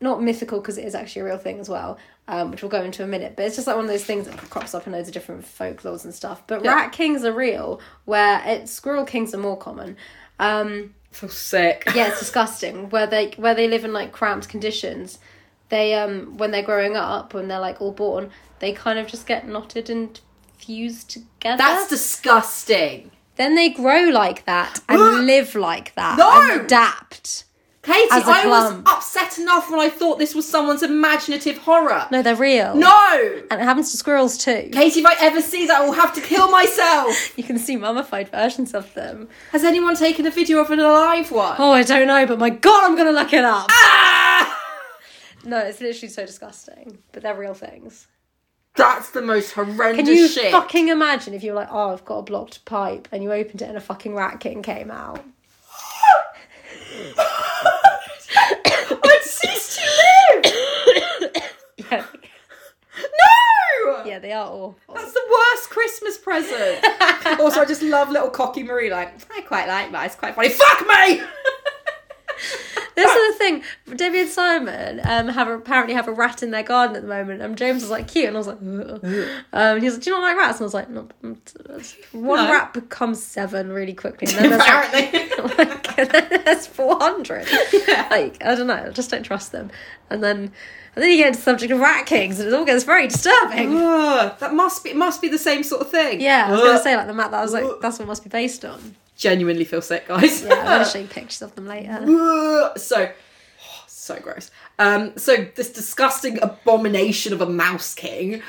not mythical because it is actually a real thing as well, um, which we'll go into in a minute. But it's just like one of those things that crops up in loads of different folklores and stuff. But Rat Kings are real, where it, Squirrel Kings are more common. Um, feel sick. yeah, it's disgusting. Where they where they live in like cramped conditions, they um when they're growing up, when they're like all born, they kind of just get knotted and fused together. That's disgusting. then they grow like that Ugh. and live like that No! and adapt. Katie, As a I was clump. upset enough when I thought this was someone's imaginative horror. No, they're real. No! And it happens to squirrels too. Katie, if I ever see that, I will have to kill myself. You can see mummified versions of them. Has anyone taken a video of an alive one? Oh, I don't know, but my god, I'm gonna look it up. Ah! No, it's literally so disgusting. But they're real things. That's the most Can horrendous you shit. fucking imagine if you were like, oh, I've got a blocked pipe, and you opened it and a fucking rat king came out? I'd cease to live! Yeah, No! yeah they are awful. That's the worst Christmas present. also, I just love little cocky Marie, like, I quite like that. It's quite funny. Fuck me! This is the thing. Debbie and Simon um, have a, apparently have a rat in their garden at the moment. And James was like, cute. And I was like, Ugh. um, and he was like, do you not like rats? And I was like, no. mm, t- that's- One No. rat becomes seven really quickly. And then there's like, like, and then there's 400. Like, I don't know. I just don't trust them. And then and then you get into the subject of rat kings. And it all gets very disturbing. Ugh, that must be it must be the same sort of thing. Yeah, I was going Ugh. to say, like, the map that I was like, that's what it must be based on. genuinely feel sick, guys. Yeah, I'm going to show you pictures of them later. Ugh, so oh, so gross. Um, so this disgusting abomination of a mouse king.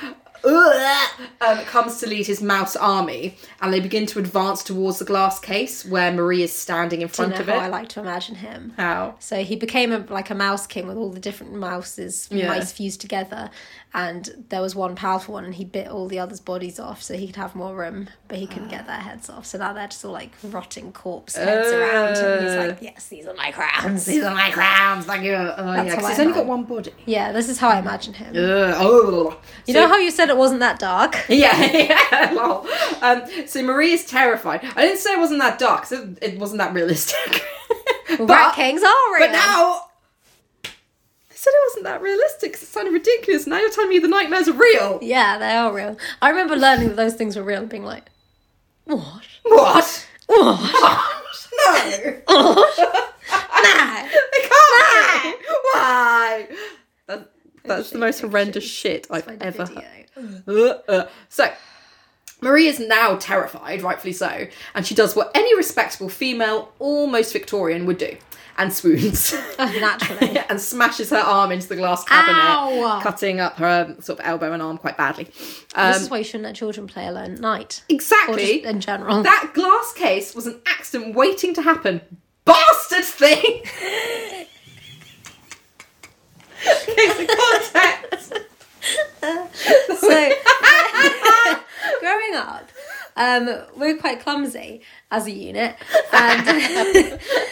ugh, Um, comes to lead his mouse army, and they begin to advance towards the glass case where Marie is standing in You front know of how it. I like to imagine him. How? So he became a, like a mouse king with all the different mouses, Yeah. mice fused together, and there was one powerful one, and he bit all the others' bodies off so he could have more room, but he couldn't get their heads off. So now they're just all like rotting corpse heads around him. and He's like, yes, these are my crowns. Oh. These are my crowns, thank you. Oh, yeah, how 'cause I he's only like. got one body. Yeah, this is how I imagine him. Ugh, oh, You know how you said it wasn't that dark? Yeah, yeah, lol. Um, so Marie is terrified. I didn't say it wasn't that dark, so it wasn't that realistic. Well, But- rat kings are real. But now. I said it wasn't that realistic 'cause it sounded ridiculous. Now you're telling me the nightmares are real. yeah, they are real. I remember learning that those things were real and being like, what? What? What? no! Nah. They can't be. Why? That- that's the most horrendous shit I've Find a ever video. heard. Uh, uh. So, Marie is now terrified, rightfully so, and she does what any respectable female, almost Victorian, would do and swoons. Naturally. and smashes her arm into the glass cabinet, Ow. cutting up her um, sort of elbow and arm quite badly. this Um, is why you shouldn't let children play alone at night. Or just exactly. in general. That glass case was an accident waiting to happen. Bastard thing! Case of context. so growing up, um, we're quite clumsy as a unit and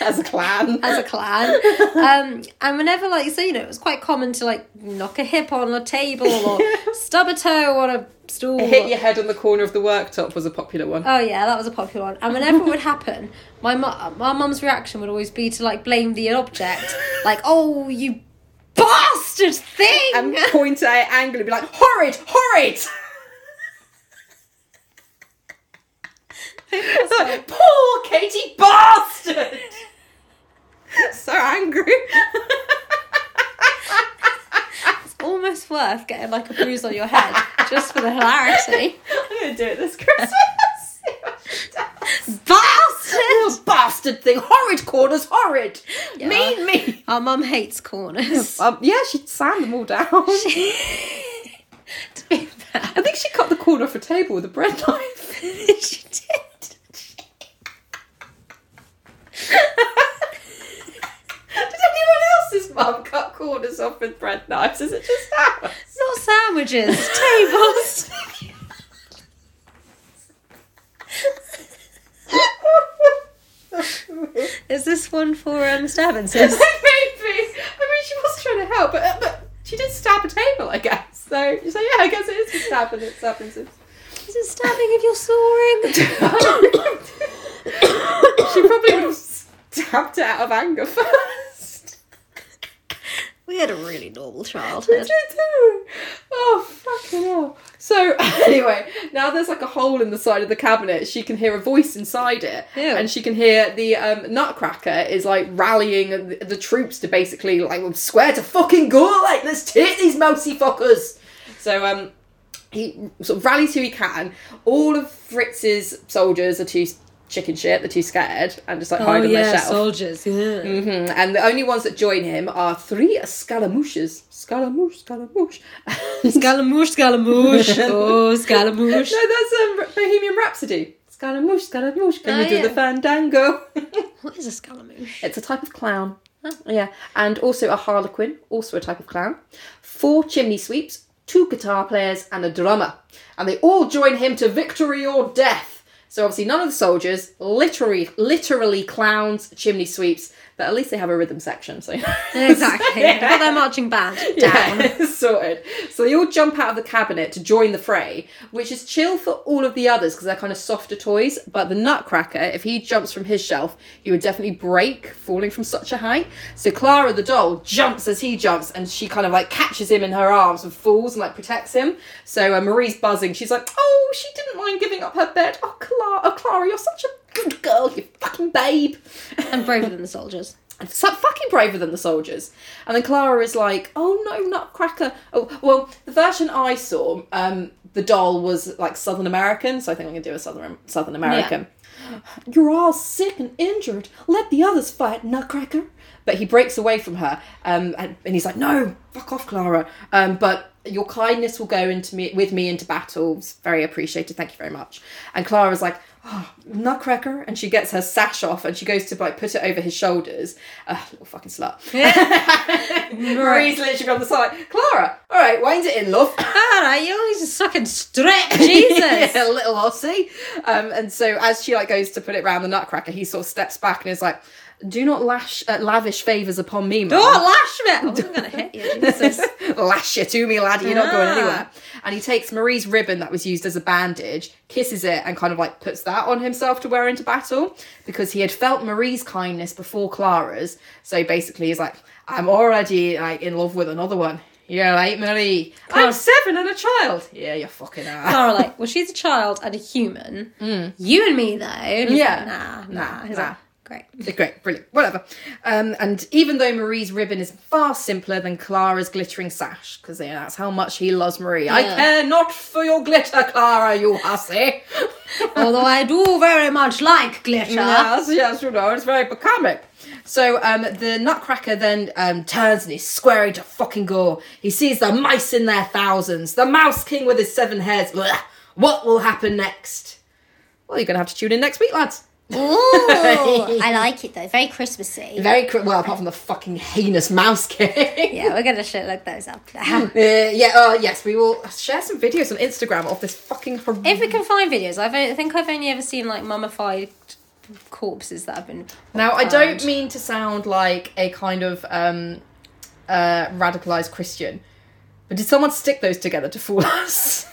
as a clan. as a clan. Um, and whenever like so you know it was quite common to like knock a hip on a table or stub a toe on a stool. Hit your head on the corner of the worktop was a popular one. Oh yeah, that was a popular one. And whenever it would happen, my mu- my mum's reaction would always be to like blame the object, like "Oh, you bastard thing!" and point at it angrily, be like, horrid, horrid! Poor Katie bastard! so angry. it's almost worth getting like a bruise on your head just for the hilarity. I'm gonna do it this Christmas. Bastard! Little bastard thing, horrid corners, horrid, mean me. Our mum hates corners. Um, yeah, she sand them all down. to be fair, I think she cut the corner off a table with a bread knife. she did. Did anyone else's mum cut corners off with bread knives? Is it just ours? Not sandwiches, tables. Is this one for um, disturbances? Maybe. I mean, she was trying to help, but, uh, but she did stab a table, I guess. So, so yeah, I guess it is just stabbing it, stabbing it. Is it stabbing if you're soaring? she probably would have stabbed it out of anger first. We had a really normal childhood. Oh, fucking hell. So, anyway, now there's like a hole in the side of the cabinet. She can hear a voice inside it. Ew. And she can hear the um, nutcracker is like rallying the, the troops to basically like "Well, swear to fucking God, like let's hit these mousy fuckers. So, um, he sort of rallies who he can. All of Fritz's soldiers are too chicken shit. They're too scared and Oh, just like hide on their shelf. soldiers. Yeah. Mhm, And the only ones that join him are three Scaramouches. Scaramouche, Scaramouche. Scaramouche, Scaramouche, oh Scaramouche. no, that's um, Bohemian Rhapsody. Scaramouche, Scaramouche, can Oh, you do the yeah. fandango? What is a Scaramouche? it's a type of clown. Yeah, and also a harlequin, also a type of clown. Four chimney sweeps, two guitar players, and a drummer. And they all join him to victory or death. So obviously none of the soldiers, literally, literally clowns, chimney sweeps, but at least they have a rhythm section. So Exactly. They've Got their marching band down. Yeah, sorted. So they all jump out of the cabinet to join the fray, which is chill for all of the others because they're kind of softer toys. But the Nutcracker, if he jumps from his shelf, he would definitely break falling from such a height. So Clara the doll jumps as he jumps, and she kind of like catches him in her arms and falls and like protects him. So uh, Marie's buzzing. She's like, "Oh, she didn't mind giving up her bed. Oh, Clara, oh, Clara, you're such a good girl. You fucking babe." And braver than the soldiers. so fucking braver than the soldiers. And then Clara is like, "Oh no, Nutcracker!" Oh, well, the version I saw, um, the doll was like Southern American, so I think I'm gonna do a Southern Southern American. You're all sick and injured. Let the others fight, Nutcracker. But he breaks away from her, um, and, and he's like, "No, fuck off, Clara." Um, but your kindness will go into me with me into battles. Very appreciated. Thank you very much. And Clara's like, oh, "Nutcracker," and she gets her sash off and she goes to like put it over his shoulders. Uh, little fucking slut. Marie's literally on the side. Clara, all right, wind it in, love. Alright, you always just sucking stretch, Jesus. Yeah, little Aussie. Um, and so as she like goes to put it round the Nutcracker, he sort of steps back and is like, "Do not lash uh, lavish favors upon me, man. Oh, lash me! I wasn't gonna hit you, Jesus. lash you to me, lad. You're not going Ah. anywhere." And he takes Marie's ribbon that was used as a bandage, kisses it, and kind of like puts that on himself to wear into battle because he had felt Marie's kindness before Clara's. So basically, he's like, "I'm already like in love with another one." You're late, Marie. I'm seven and a child. Yeah, you fucking are. Clara, like, well, she's a child and a human. You and me, though. And he's Mm. Yeah. like, nah, Nah, nah. He's nah. like, great. They're Great, brilliant, whatever. Um, and even though Marie's ribbon is far simpler than Clara's glittering sash, because that's how much he loves Marie. I Yeah. care not for your glitter, Clara, you hussy. Although I do very much like glitter. Yes, yes, you know, it's very becoming. So um, the Nutcracker then um, turns and he's squaring to fucking gore. He sees the mice in their thousands, the Mouse King with his seven heads. Blah. What will happen next? Well, you're going to have to tune in next week, lads. Ooh, I like it though. Very Christmassy. Very cr- well, apart from the fucking heinous mouse kick. Yeah, we're gonna shit look those up. now. Uh, yeah, uh, yes, we will share some videos on Instagram of this fucking horrible. if we can find videos, I've, I think I've only ever seen like mummified corpses that have been. Now, I don't mean to sound like a kind of um, uh, radicalized Christian, but did someone stick those together to fool us?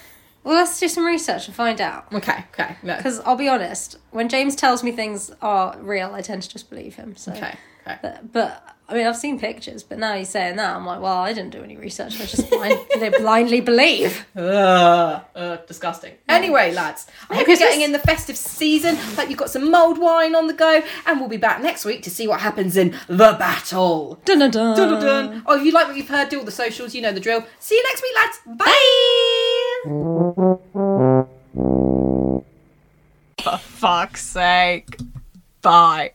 Well, let's do some research and find out. okay, okay, no. Because I'll be honest, when James tells me things are real, I tend to just believe him. So. Okay, okay. But, but I mean, I've seen pictures, but now he's saying that, I'm like, well, I didn't do any research. I just blind, they blindly believe. Ugh, ugh, disgusting. Anyway, lads, I hope you're getting in the festive season, like you've got some mulled wine on the go, and we'll be back next week to see what happens in the battle. Dun dun dun. Dun, dun, dun. Oh, if you like what you've heard, do all the socials, you know the drill. See you next week, lads. Bye. For fuck's sake. Bye.